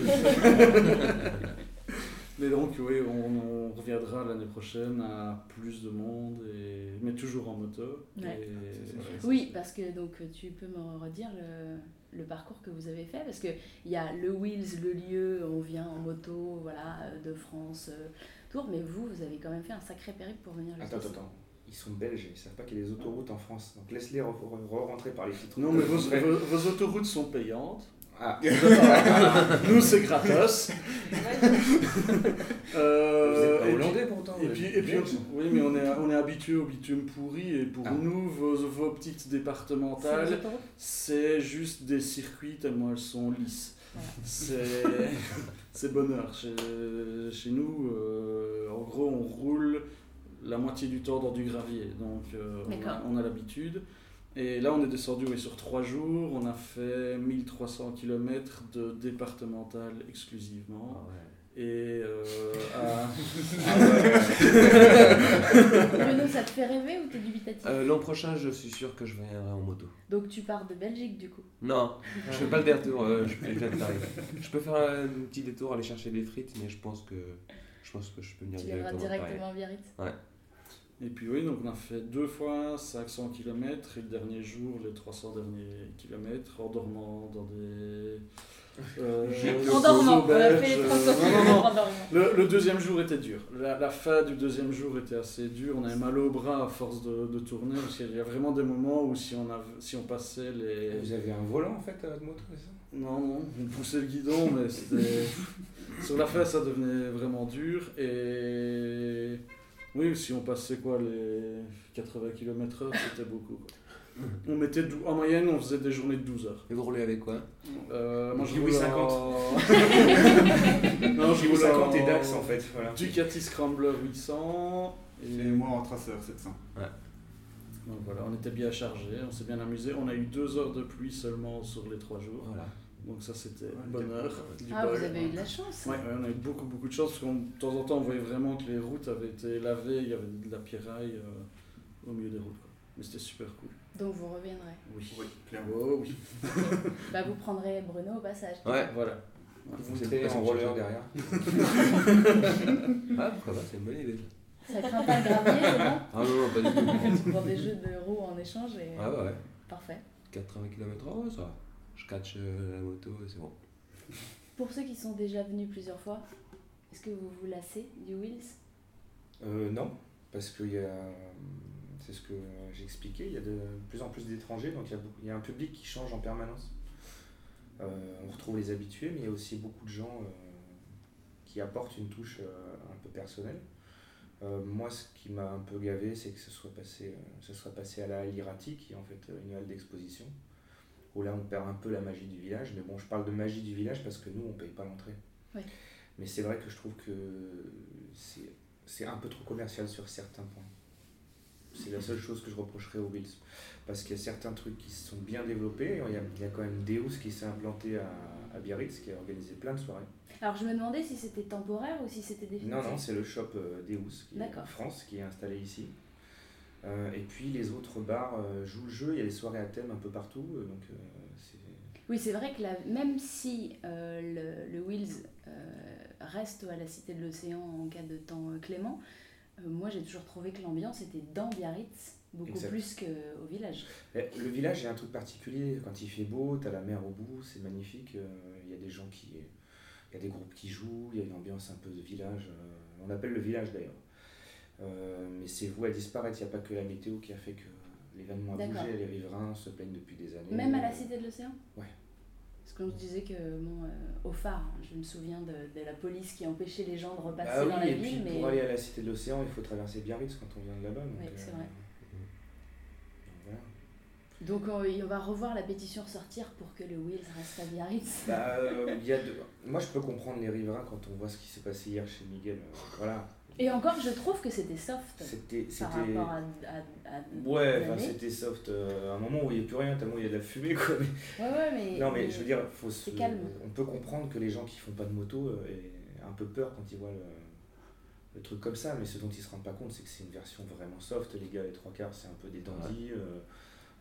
Mais donc, oui, on, on reviendra l'année prochaine à plus de monde, et... mais toujours en moto.
Ouais.
Et-
Oui, parce que donc euh, tu peux me redire le, le parcours que vous avez fait parce que il y a le Wheels, le lieu, on vient en moto, voilà, euh, de France, euh, Tours, mais vous, vous avez quand même fait un sacré périple pour venir
Attends, attends,
jusqu'ici.
attends. Ils sont belges, ils savent pas qu'il y a des autoroutes en France. Donc laisse-les re- re- re-rentrer par les titres.
Non, mais vos- vos- vos autoroutes sont payantes.
Ah,
Nous, c'est gratos. Euh,
vous
et
êtes pas
puis-
hollandais pourtant.
Et
vous
puis,
êtes
et puis
belges.
oui, mais on est, on est habitué au bitume pourri, et pour
Ah.
nous, vos, vos petites
C'est des
départementales,
autoroutes
c'est juste des circuits tellement elles sont lisses.
Voilà.
C'est c'est bonheur. Chez, chez nous, euh, en gros, on roule la moitié du temps dans du gravier, donc euh, on a-
D'accord.
on a, l'habitude. Et là, on est descendu oui, sur trois jours, on a fait 1300 km de départemental exclusivement.
Ah ouais.
Et et euh, à-
Bruno, ça te fait rêver ou t'es dubitatif
Euh, L'an prochain, je suis sûr que je viendrai en moto.
Donc tu pars de Belgique du coup.
Non, je fais pas le détour, euh, je, suis quelqu'un de taré. je peux faire un petit détour, aller chercher des frites, mais je pense que je, pense que je peux venir
Tu viendras
à Paris.
directement à Biarritz.
Et puis oui, donc on a fait deux fois 500 km et le dernier jour, les 300 derniers kilomètres, en dormant dans des. euh,
En dormant, on a fait les
auberges.
300
Non, euh, non, non.
km en dormant.
Le, le deuxième jour était dur. La, la fin du deuxième jour était assez dure. On avait mal au bras à force de, de tourner. Parce qu'il y a vraiment des moments où si on, av- si on passait les.
Vous avez un volant en fait à votre moto, c'est ça
Non, non, on poussait le guidon, mais c'était. Sur la fin, ça devenait vraiment dur. Et. Oui, si on passait quoi, les 80 km/h, c'était beaucoup. quoi. On mettait dou- en moyenne, on faisait des journées de 12 heures.
Et vous roulez avec quoi
Euh, moi, je
Du
roule
8,50.
en- non, je
J'ai eu
roule
50 et
en-
Dax en fait, voilà.
Ducati Scrambler 800.
Et moi en traceur 700.
Donc voilà, on était bien chargé, on s'est bien amusé. On a eu deux heures de pluie seulement sur les trois jours.
Voilà.
Donc ça, c'était
Ouais,
bonheur. du
Ah,
bol.
vous avez eu de la chance.
Ouais, ouais, on a eu beaucoup, beaucoup de chance parce que de temps en temps, on voyait vraiment que les routes avaient été lavées, il y avait de la pierraille euh, au milieu des routes. quoi. Mais c'était super cool.
Donc vous reviendrez.
Oui.
Oui, clairement.
Oh, oui.
Bah vous prendrez Bruno au passage.
Ouais,
Voilà.
Vous traînez en roller derrière.
ah, pourquoi pas, c'est une bonne idée.
Ça craint pas le gravier, c'est bon
Ah non, non, pas du tout.
Tu prends des jeux de roues en échange et euh,
Ah ouais, ouais.
parfait.
80 km/h, ouais, ça va. Je catch euh, la moto, c'est bon.
Pour ceux qui sont déjà venus plusieurs fois, est-ce que vous vous lassez du wheels
Euh, non, parce qu'il y a. C'est ce que j'expliquais, il y a de plus en plus d'étrangers, donc il y, a, beaucoup- il y a un public qui change en permanence. Euh, on retrouve les habitués, mais il y a aussi beaucoup de gens euh, qui apportent une touche euh, un peu personnelle. Euh, moi, ce qui m'a un peu gavé, c'est que ce soit passé, euh, ce soit passé à la halle Irati, qui est en fait euh, une halle d'exposition, où là on perd un peu la magie du village, mais bon, je parle de magie du village parce que nous, on paye pas l'entrée.
Ouais.
Mais c'est vrai que je trouve que c'est c'est un peu trop commercial sur certains points. C'est la seule chose que je reprocherais aux Bills. Parce qu'il y a certains trucs qui se sont bien développés. Il y a, il y a quand même Deus qui s'est implanté à, à Biarritz, qui a organisé plein de soirées.
Alors je me demandais si c'était temporaire ou si c'était
Non,
définitif.
non, c'est le shop euh, Deus, qui est
D'accord.
en France, qui est installé ici. Euh, et puis les autres bars euh, jouent le jeu. Il y a des soirées à thème un peu partout. euh, donc euh, c'est-
Oui, c'est vrai que la- même si euh, le, le Wheels euh, reste à la Cité de l'Océan en cas de temps euh, clément, euh, moi j'ai toujours trouvé que l'ambiance était dans Biarritz, beaucoup
Exact.
plus qu'au village.
Eh, Le village, il y a un truc particulier. Quand il fait beau, t'as la mer au bout, c'est magnifique. Euh, Il y a des gens qui. Il y a des groupes qui jouent, il y a une ambiance un peu de village. euh, on appelle le village d'ailleurs. Euh, mais c'est voué à disparaître. Il n'y a pas que la météo qui a fait que l'événement a
D'accord.
bougé. Les riverains se plaignent depuis des années.
Même à la Cité de l'Océan
Ouais.
Parce qu'on se disait que, bon, euh, au phare, je me souviens de, de la police qui empêchait les gens de
Bah
repasser
oui,
dans la
et
ville,
puis
mais
pour aller à la cité de l'océan, il faut traverser Biarritz quand on vient de là-bas. donc, euh,
Oui, c'est vrai.
donc voilà.
Donc on, on va revoir la pétition sortir pour que le Wheels reste à Biarritz.
Bah, euh, il y a de- Moi, je peux comprendre les riverains quand on voit ce qui s'est passé hier chez Miguel. euh, voilà.
Et encore, je trouve que c'était soft
C'était. c'était-
par rapport à... à- à-
Ouais, enfin,
l'année.
c'était soft. euh, à un moment où il n'y a plus rien, tellement il y a de la fumée. Quoi. mais-
Ouais, ouais, mais...
non, mais je veux dire, faut se-
c'est calme.
on peut comprendre que les gens qui font pas de moto euh, aient un peu peur quand ils voient le, le truc comme ça. Mais ce dont ils se rendent pas compte, c'est que c'est une version vraiment soft. Les gars, les trois quarts, c'est un peu des dandys. euh,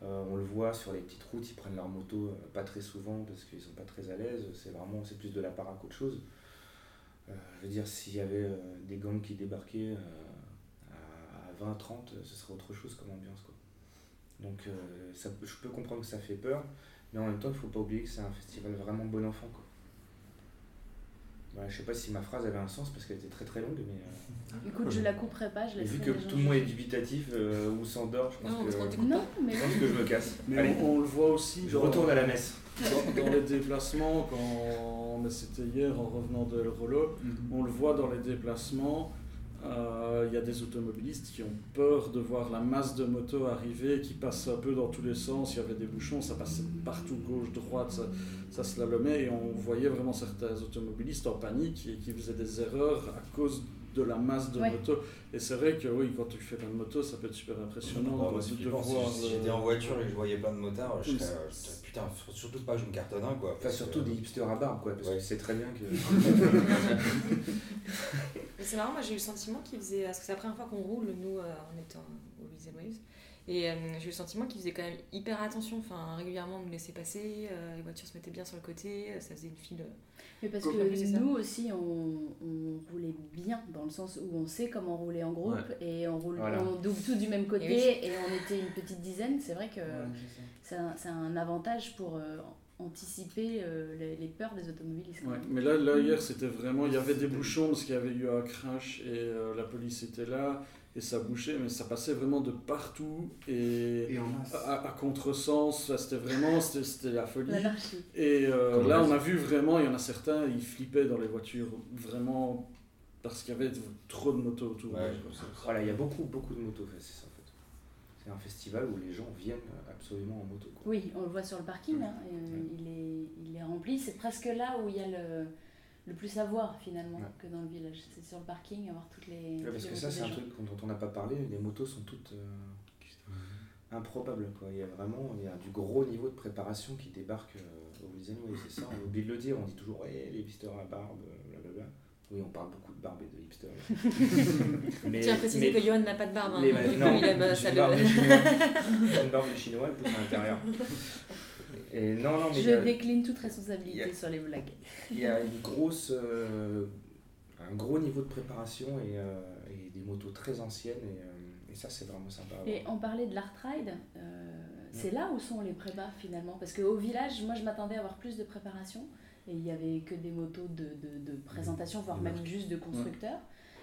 euh, on le voit sur les petites routes, ils prennent leur moto euh, pas très souvent parce qu'ils sont pas très à l'aise. C'est vraiment, c'est plus de la para qu'autre chose. Euh, je veux dire, s'il y avait euh, des gangs qui débarquaient euh, à 20-30, euh, ce serait autre chose comme ambiance. Quoi. Donc euh, ça, peut- je peux comprendre que ça fait peur, mais en même temps, il faut pas oublier que c'est un festival vraiment bon enfant. Quoi. Voilà, je sais pas si ma phrase avait un sens parce qu'elle était très très longue, mais euh,
Écoute, je la couperai pas, je
mais
laisserai
vu que
les gens
tout le monde est
juger.
dubitatif euh, ou s'endort, je pense,
Non,
que,
on t'écoute.
Non, mais
je pense que je me casse.
Mais
Allez,
on, on le voit aussi
je
dans,
retourne à la messe.
dans- dans les déplacements, quand mais c'était hier en revenant de El Rolo,
Mhm.
on le voit dans les déplacements. euh, Il y a des automobilistes qui ont peur de voir la masse de motos arriver, qui passent un peu dans tous les sens. Il y avait des bouchons, ça passait partout, gauche, droite, ça, ça slalomait. Et on voyait vraiment certains automobilistes en panique et qui faisaient des erreurs à cause de la masse de
Ouais.
moto. Et c'est vrai que oui, quand tu fais plein de motos, ça peut être super impressionnant
Bon,
de-
moi, si
de
je pense,
voir
si
le-
j'étais en voiture et que je voyais plein de motards, je
Oui,
serais, euh, je serais, putain, faut surtout pas que je me cartonne un quoi. euh,
Enfin, surtout des hipsters à barbe, quoi, parce
Ouais.
que c'est très bien que.
Mais c'est marrant, moi j'ai eu le sentiment qu'il faisait. Parce que c'est la première fois qu'on roule, nous, euh, en étant au Louis and Waves. Et euh, j'ai eu le sentiment qu'il faisait quand même hyper attention. Enfin, régulièrement, on nous laissait passer. euh, les voitures se mettaient bien sur le côté. euh, ça faisait une file. euh,
Mais parce
Quoi, comme c'est
que
ça.
nous aussi, on, on roulait bien, dans le sens où on sait comment rouler en groupe, et on roule
Voilà.
on double tout du même côté,
Et
et, on était une petite dizaine. C'est vrai que c'est un, c'est un avantage pour euh, anticiper euh, les, les peurs des automobilistes. quand
Ouais,
même.
mais là, là hier, c'était vraiment. Il y avait des bouchons parce qu'il y avait eu un crash et euh, la police était là et ça bouchait, mais ça passait vraiment de partout et,
Et en masse.
à, à- à contresens. Enfin, C'était vraiment c'était, c'était la folie.
L'anarchie.
Et euh,
Comme
là,
on
on a vu vraiment, il y en a certains, ils flippaient dans les voitures vraiment parce qu'il y avait trop de motos autour.
Ouais,
Voilà, il y a beaucoup, beaucoup de motos, c'est ça en fait. C'est un festival où les gens viennent absolument en moto. Quoi.
Oui, on le voit sur le parking, hein, et, euh,
Ouais.
il, est, il est rempli. C'est presque là où il y a le, le plus à voir finalement
Ouais.
que dans le village. C'est sur le parking, avoir toutes les.
Ouais, parce
toutes
que
les
ça,
motos
c'est
des
un
gens.
truc dont on n'a pas parlé. Les motos sont toutes euh, improbables. Quoi. Il y a vraiment il y a du gros niveau de préparation qui débarque euh, au Wheels and Waves, C'est ça, on oublie de le dire. On dit toujours ouais, les hipsters à barbe, euh, blablabla. Oui, on parle beaucoup de barbe et de hipsters. mais,
Tiens, à préciser
mais-
que Johan n'a pas de barbe. Hein,
mais
donc,
maintenant,
comme il aime euh,
j'ai
ça
une
le-
barbe de chinois. J'ai une barbe de chinois, elle pousse à l'intérieur. Et non, non, mais euh, Ah il y
Je
a-
décline toute responsabilité
il y a-
sur les blagues.
il y a une grosse, euh, un gros niveau de préparation et, euh, et des motos très anciennes et, euh, et ça c'est vraiment sympa. à
Et
voir.
on parlait de l'art ride, euh, c'est là où sont les prépas finalement Parce qu'au village, moi je m'attendais à avoir plus de préparation et il n'y avait que des motos de, de- de présentation, voire
Des
même juste de constructeurs.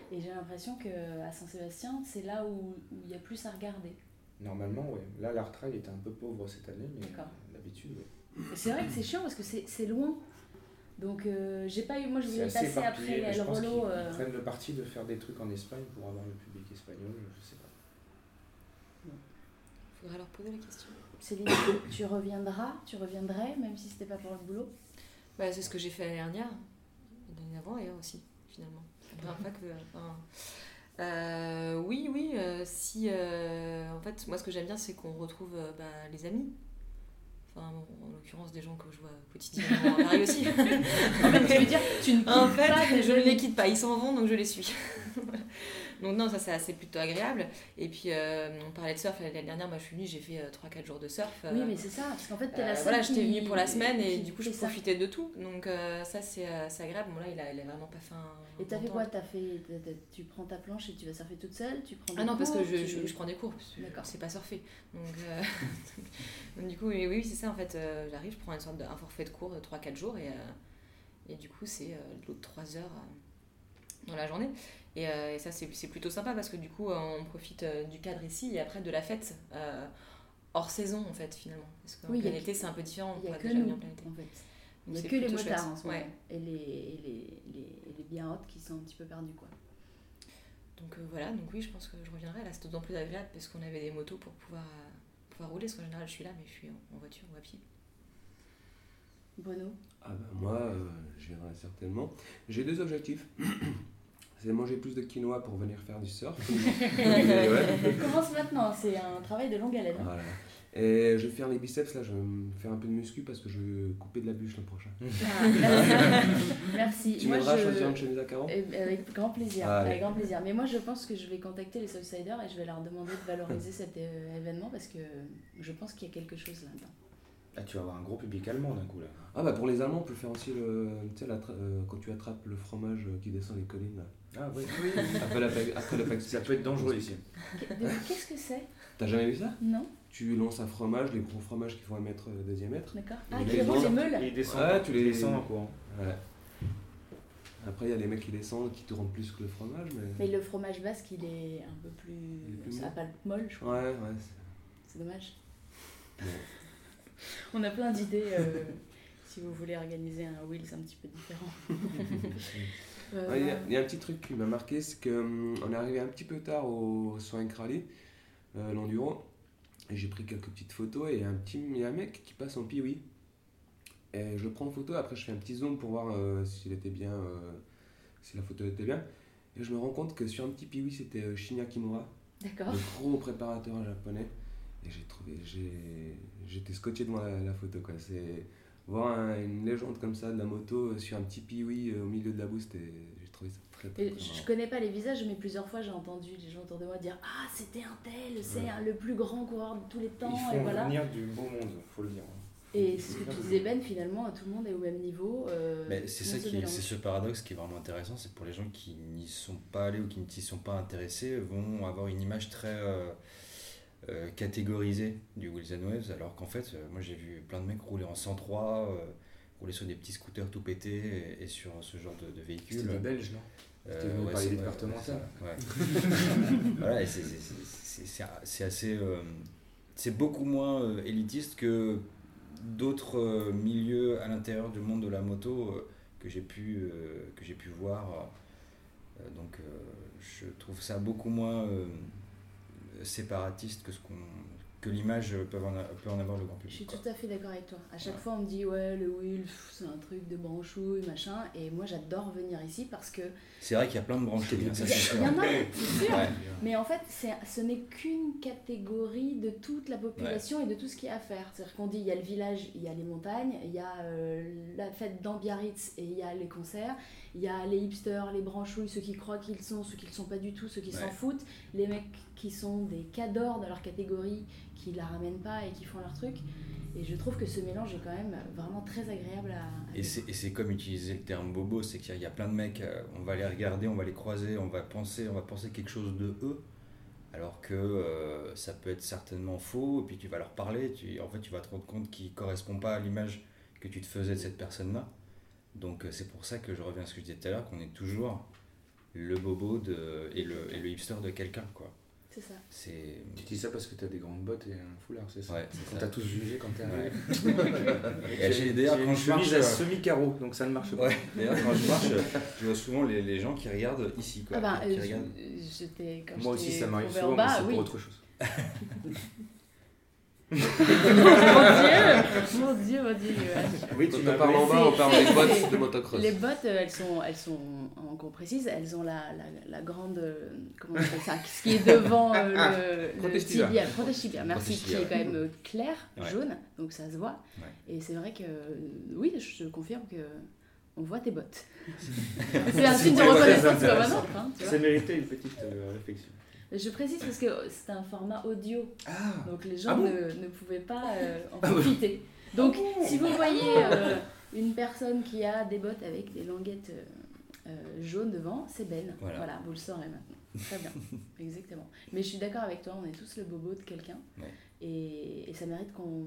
Et j'ai l'impression qu'à Saint-Sébastien, c'est là où où il y a plus à regarder.
Normalement ouais. Là l'art trail était un peu pauvre cette année mais
D'accord.
euh, d'habitude ouais.
Et C'est vrai que c'est chiant parce que c'est c'est loin. Donc euh, j'ai pas eu, moi je
c'est
voulais
assez
passer
éparpillé.
après
mais
le
je pense qu'ils
relo.
ils
euh,
prennent le parti de faire des trucs en Espagne pour avoir le public espagnol. Je sais pas.
Faudra leur poser la question.
Céline, tu reviendras, tu reviendrais, même si c'était pas pour le boulot.
Bah, c'est ce que j'ai fait l'année dernière, l'année d'avant d'ailleurs aussi, finalement. C'est la première fois que. enfin, euh, oui, oui, euh, si. euh, en fait, moi, ce que j'aime bien, c'est qu'on retrouve euh, bah, les amis. Enfin, bon, en l'occurrence, des gens que je vois quotidiennement à Paris aussi.
Je veux dire, tu ne
En
quittes pas
fait,
tes
je ne les
amis.
quitte pas, ils s'en vont donc je les suis. donc, non, ça, c'est assez plutôt agréable. Et puis, euh, on parlait de surf l'année dernière, moi je suis venue, j'ai fait 3-4 jours de surf.
Oui,
euh,
mais c'est ça, parce qu'en fait, t'es
euh,
la seule.
voilà, j'étais
qui-
venue pour la semaine et
qui
du coup, je
fait ça.
profitais de tout. Donc, euh, ça, c'est euh, c'est agréable. Bon, là, il a, il a vraiment pas fait un.
Et t'as
un
fait
temps.
quoi T'as fait, t'as- t'as- tu prends ta planche et tu vas surfer toute seule Tu prends
Ah
des
non, parce que
cours,
je,
tu-
je- je prends des cours, parce que
D'accord.
c'est pas surfer. Donc, euh, donc, du coup, oui, oui, c'est ça, en fait, euh, j'arrive, je prends une sorte de, un forfait de cours de 3-4 jours et, euh, et du coup, c'est euh, de l'autre 3 heures euh, dans la journée. Et, euh, et ça, c'est c'est plutôt sympa parce que du coup, euh, on profite euh, du cadre ici et après de la fête euh, hors saison, en fait, finalement. Parce qu'en
Oui, il y a
plein
que-
été, c'est un peu différent.
Il y
on
a
pourrait
que
déjà
nous,
venir en plein été.
en fait. Il
Donc,
n'y a
c'est
que les
plutôt
motards
chouette.
en ce moment.
Ouais.
Et les, et les, les, et les bien hôtes qui sont un petit peu perdus, quoi.
Donc euh, voilà, donc oui, je pense que je reviendrai. Là, c'est d'autant plus agréable parce qu'on avait des motos pour pouvoir, euh, pouvoir rouler. Parce qu'en général, je suis là, mais je suis en, en voiture ou à pied.
Bruno
Ah bah moi, euh, je viendrai certainement. J'ai deux objectifs. C'est manger plus de quinoa pour venir faire du surf. Et ouais.
Commence maintenant, c'est un travail de longue haleine.
Voilà. Et je vais faire les biceps là, je vais me faire un peu de muscu parce que je vais couper de la bûche le prochain.
Ah. Merci.
Tu
Moi,
m'aideras à choisir
je...
une chemise à carreaux
Eh ben, Avec grand plaisir,
Ah,
avec
ouais.
grand plaisir. Mais moi, je pense que je vais contacter les Southsiders et je vais leur demander de valoriser cet euh, événement parce que je pense qu'il y a quelque chose là-dedans.
Là Ah, tu vas avoir un gros public allemand d'un coup là.
Ah bah pour les Allemands, on peut faire aussi le, tu sais, la tra- euh, quand tu attrapes le fromage euh, qui descend les collines là.
Ah oui.
Après la, pa- après la pastèque.
ça peut être dangereux ici.
Qu- de- Qu'est-ce que c'est
T'as jamais vu ça
Non
Tu lances un fromage, les gros fromages qui font un mètre de diamètre.
D'accord.
Il
Ah,
est
qui roule
mort.
les meules
Et descend.
Ouais, tu les-
descends en courant.
Voilà. Après il y a les mecs qui descendent, qui tournent plus que le fromage, mais.
Mais le fromage basque, il est un peu plus.
Il est plus
ça a
mou.
pas le molle, je crois.
Ouais, ouais. c'est-
C'est dommage.
Ouais.
On a plein d'idées euh, si vous voulez organiser un Wheels un petit peu différent. Euh,
Ouais, Il y a- il y, a un petit truc qui m'a marqué, c'est qu'on est arrivé un petit peu tard au Soin Rally, euh, l'enduro, et j'ai pris quelques petites photos, et il y a un, petit, il y a un mec qui passe en piwi. Et je le prends en photo, après je fais un petit zoom pour voir euh, s'il était bien, euh, si la photo était bien. Et je me rends compte que sur un petit piwi, c'était euh, Shinya Kimura,
D'accord.
le gros préparateur japonais. Et j'ai trouvé, j'ai- j'étais scotché devant la, la photo. Quoi. C'est, voir un- une légende comme ça de la moto euh, sur un petit piwi euh, au milieu de la boue, c'était, j'ai trouvé ça très très,
Et
très
je je
marrant.
connais pas les visages, mais plusieurs fois j'ai entendu les gens autour de moi dire Ah, c'était un tel, c'est un- le plus grand coureur de tous les temps,
Ils
et
font
voilà.
venir du beau monde, faut le dire.
Et ce que tu disais, Ben, finalement, tout le monde est au même niveau. euh,
Mais
tout
c'est
le
ça
monde se
qui,
mélange.
c'est ce paradoxe qui est vraiment intéressant, c'est que pour les gens qui n'y sont pas allés ou qui ne s'y sont pas intéressés, vont avoir une image très euh, euh, catégorisée du Wheels and Waves, alors qu'en fait, euh, moi j'ai vu plein de mecs rouler en 103, euh, rouler sur des petits scooters tout pétés et, et sur ce genre de, de véhicule.
C'était des Belges, non C'était venu par les
Euh, c'est-
départementales.
c'est ça, ouais. voilà, et c'est- c'est- c'est- c'est- c'est- c'est assez. euh, c'est beaucoup moins euh, élitiste que d'autres euh, milieux à l'intérieur du monde de la moto euh, que j'ai pu, euh, que j'ai pu voir. Euh, donc, euh, je trouve ça beaucoup moins euh, séparatiste que, ce qu'on que l'image peut en, a- peut en avoir le grand
Je
public.
suis
quoi.
tout à fait d'accord avec toi. À chaque
Ouais.
fois, on me dit Ouais, le wheel, pff, c'est un truc de branchouille, machin. Et moi, j'adore venir ici parce que.
C'est vrai qu'il y a plein de branches. hein, ça, c'est sûr.
Il y en a, c'est sûr.
Ouais.
Mais en fait, c'est, ce n'est qu'une catégorie de toute la population et de tout ce qu'il y a à faire. C'est-à-dire qu'on dit il y a le village, il y a les montagnes, il y a euh, la fête dans Biarritz et il y a les concerts, il y a les hipsters, les branchouilles, ceux qui croient qu'ils sont, ceux qui ne le sont pas du tout, ceux qui s'en
Ouais.
foutent, les mecs qui sont des cadors dans leur catégorie, qui la ramènent pas et qui font leur truc. Et je trouve que ce mélange est quand même vraiment très agréable à. à
Et
vivre.
c'est et c'est comme utiliser le terme bobo, c'est qu'il y a- il y a plein de mecs, euh, on va les regarder, on va les croiser, on va penser, on va penser quelque chose de eux, alors que euh, ça peut être certainement faux, et puis tu vas leur parler, tu, en fait tu vas te rendre compte qu'il ne correspond pas à l'image que tu te faisais de cette personne-là. Donc euh, c'est pour ça que je reviens à ce que je disais tout à l'heure, qu'on est toujours le bobo de, et, le, et le hipster de quelqu'un, quoi.
C'est ça.
C'est...
Tu dis ça parce que t'as des grandes bottes et un foulard, c'est ça
Ouais, c'est
On
ça.
t'a tous jugé quand t'es
Ouais.
arrivé.
Et j'ai- d'ailleurs, quand
une
je marche,
chemise
euh,
à semi-carreau, donc ça ne marche pas.
Ouais, d'ailleurs quand je marche, je vois souvent les, les gens qui regardent ici, quoi.
Ah bah,
qui
euh,
regardent-
je- j'étais quand
Moi
je
aussi,
t'ai
ça m'arrive
trouvé en
souvent, mais
bas,
c'est
oui.
pour autre chose.
mon dieu, mon dieu, mon dieu. ouais.
Ah Oui,
Quand on parle en bas, on parle des bottes de motocross.
Les bottes, euh, elles sont, elles sont, en- qu'on précise, elles ont la, la, la grande, euh, comment on appelle ça, ce qui est devant euh, le, le
Protège tibia.
tibia, protège tibia, merci,
Protège
qui
tibia,
est
ouais.
quand même euh, clair,
Ouais.
jaune, donc ça se voit. Et c'est vrai que, euh, oui, je te confirme que on voit tes bottes. c'est un signe de
très
reconnaissance, quoi,
intéressant.
maintenant. hein, tu vois.
Ça méritait une petite euh, réflexion.
Je précise parce que c'est un format audio, donc les gens
Ah bon
ne, ne pouvaient pas euh, en profiter. Donc si vous voyez euh, une personne qui a des bottes avec des languettes euh, euh, jaunes devant, c'est Ben. Voilà.
Voilà.
vous le saurez maintenant. Très bien, exactement. Mais je suis d'accord avec toi, on est tous le bobo de quelqu'un.
Ouais.
Et, et ça mérite qu'on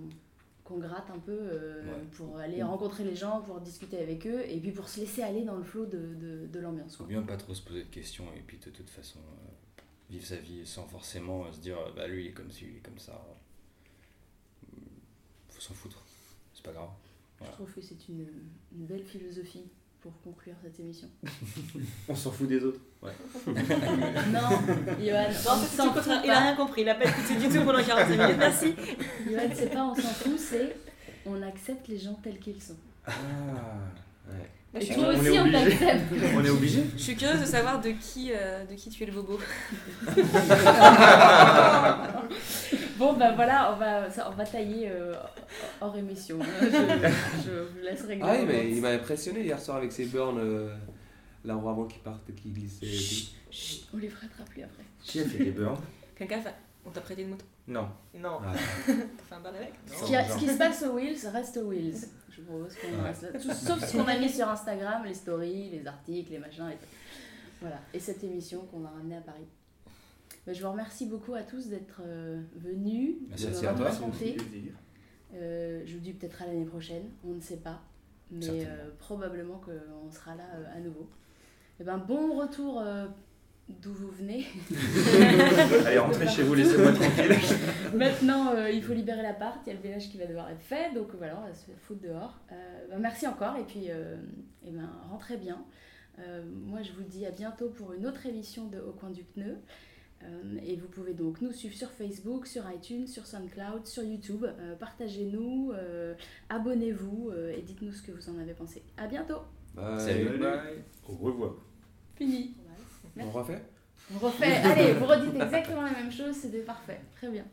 qu'on gratte un peu euh,
Ouais.
pour aller rencontrer les gens, pour discuter avec eux, et puis pour se laisser aller dans le flot de, de- de l'ambiance.
faut
quoi.
bien pas trop se poser de questions et puis de toute façon euh, vivre sa vie sans forcément euh, se dire euh, bah lui il est comme ci, lui il est comme ça. Hum, Faut s'en foutre, c'est pas grave.
Je trouve que c'est une, une belle philosophie pour conclure cette émission.
On s'en fout des autres.
Non, Johan,
Non, en
on
fait, c'est
s'en fout
tout contraire. Il a
pas.
rien compris, il a pas écouté du tout pendant 45 minutes. Merci.
Johan, c'est pas on s'en fout, c'est on accepte les gens tels qu'ils sont. Et
Je
toi
on est
aussi, on
obligé.
t'accepte.
On est obligé
suis curieuse de savoir de qui, euh, de qui tu es le bobo.
Bon, ben voilà, on va, ça- on va tailler euh, hors émission. Je, je vous laisse régler.
Ah oui,
vos
mais
comptes.
il m'a impressionné hier soir avec ses burns, euh, la roue avant qui partait, qui glissait. et tout.
On les rattrape plus après.
Qui a fait des burns
Quelqu'un fait. On t'a prêté une moto
Non.
Non.
Ah.
T'as fait un bar avec
Ce qui, a- ce qui se passe aux Wheels reste aux Wheels. Je propose qu'on reste là. Tout- sauf ce qu'on a mis sur Instagram, les stories, les articles, les machins. les- Voilà. Et cette émission qu'on a ramenée à Paris. Ben, je vous remercie beaucoup à tous d'être euh, venus,
Merci
de
à
m'avoir
toi.
raconté. Euh, je vous dis peut-être à l'année prochaine, on ne sait pas. Mais
Certainement.
euh, probablement qu'on sera là euh, à nouveau. Et ben, bon retour euh, d'où vous venez.
Allez, rentrez chez vous, laissez-moi tranquille.
Maintenant, euh, il faut libérer l'appart, il y a le village qui va devoir être fait, donc voilà, on va se foutre dehors. Euh, bah, merci encore, et puis euh, eh ben, rentrez bien. Euh, moi, je vous dis à bientôt pour une autre émission de Au coin du pneu. Euh, et vous pouvez donc nous suivre sur Facebook, sur iTunes, sur SoundCloud, sur YouTube. Euh, Partagez-nous, euh, abonnez-vous euh, et dites-nous
Bah,
ce que vous en avez pensé. À bientôt
Bye.
Salut.
Au revoir.
Fini
On refait
On refait. Allez, vous redites exactement la même chose, c'était parfait. Très bien.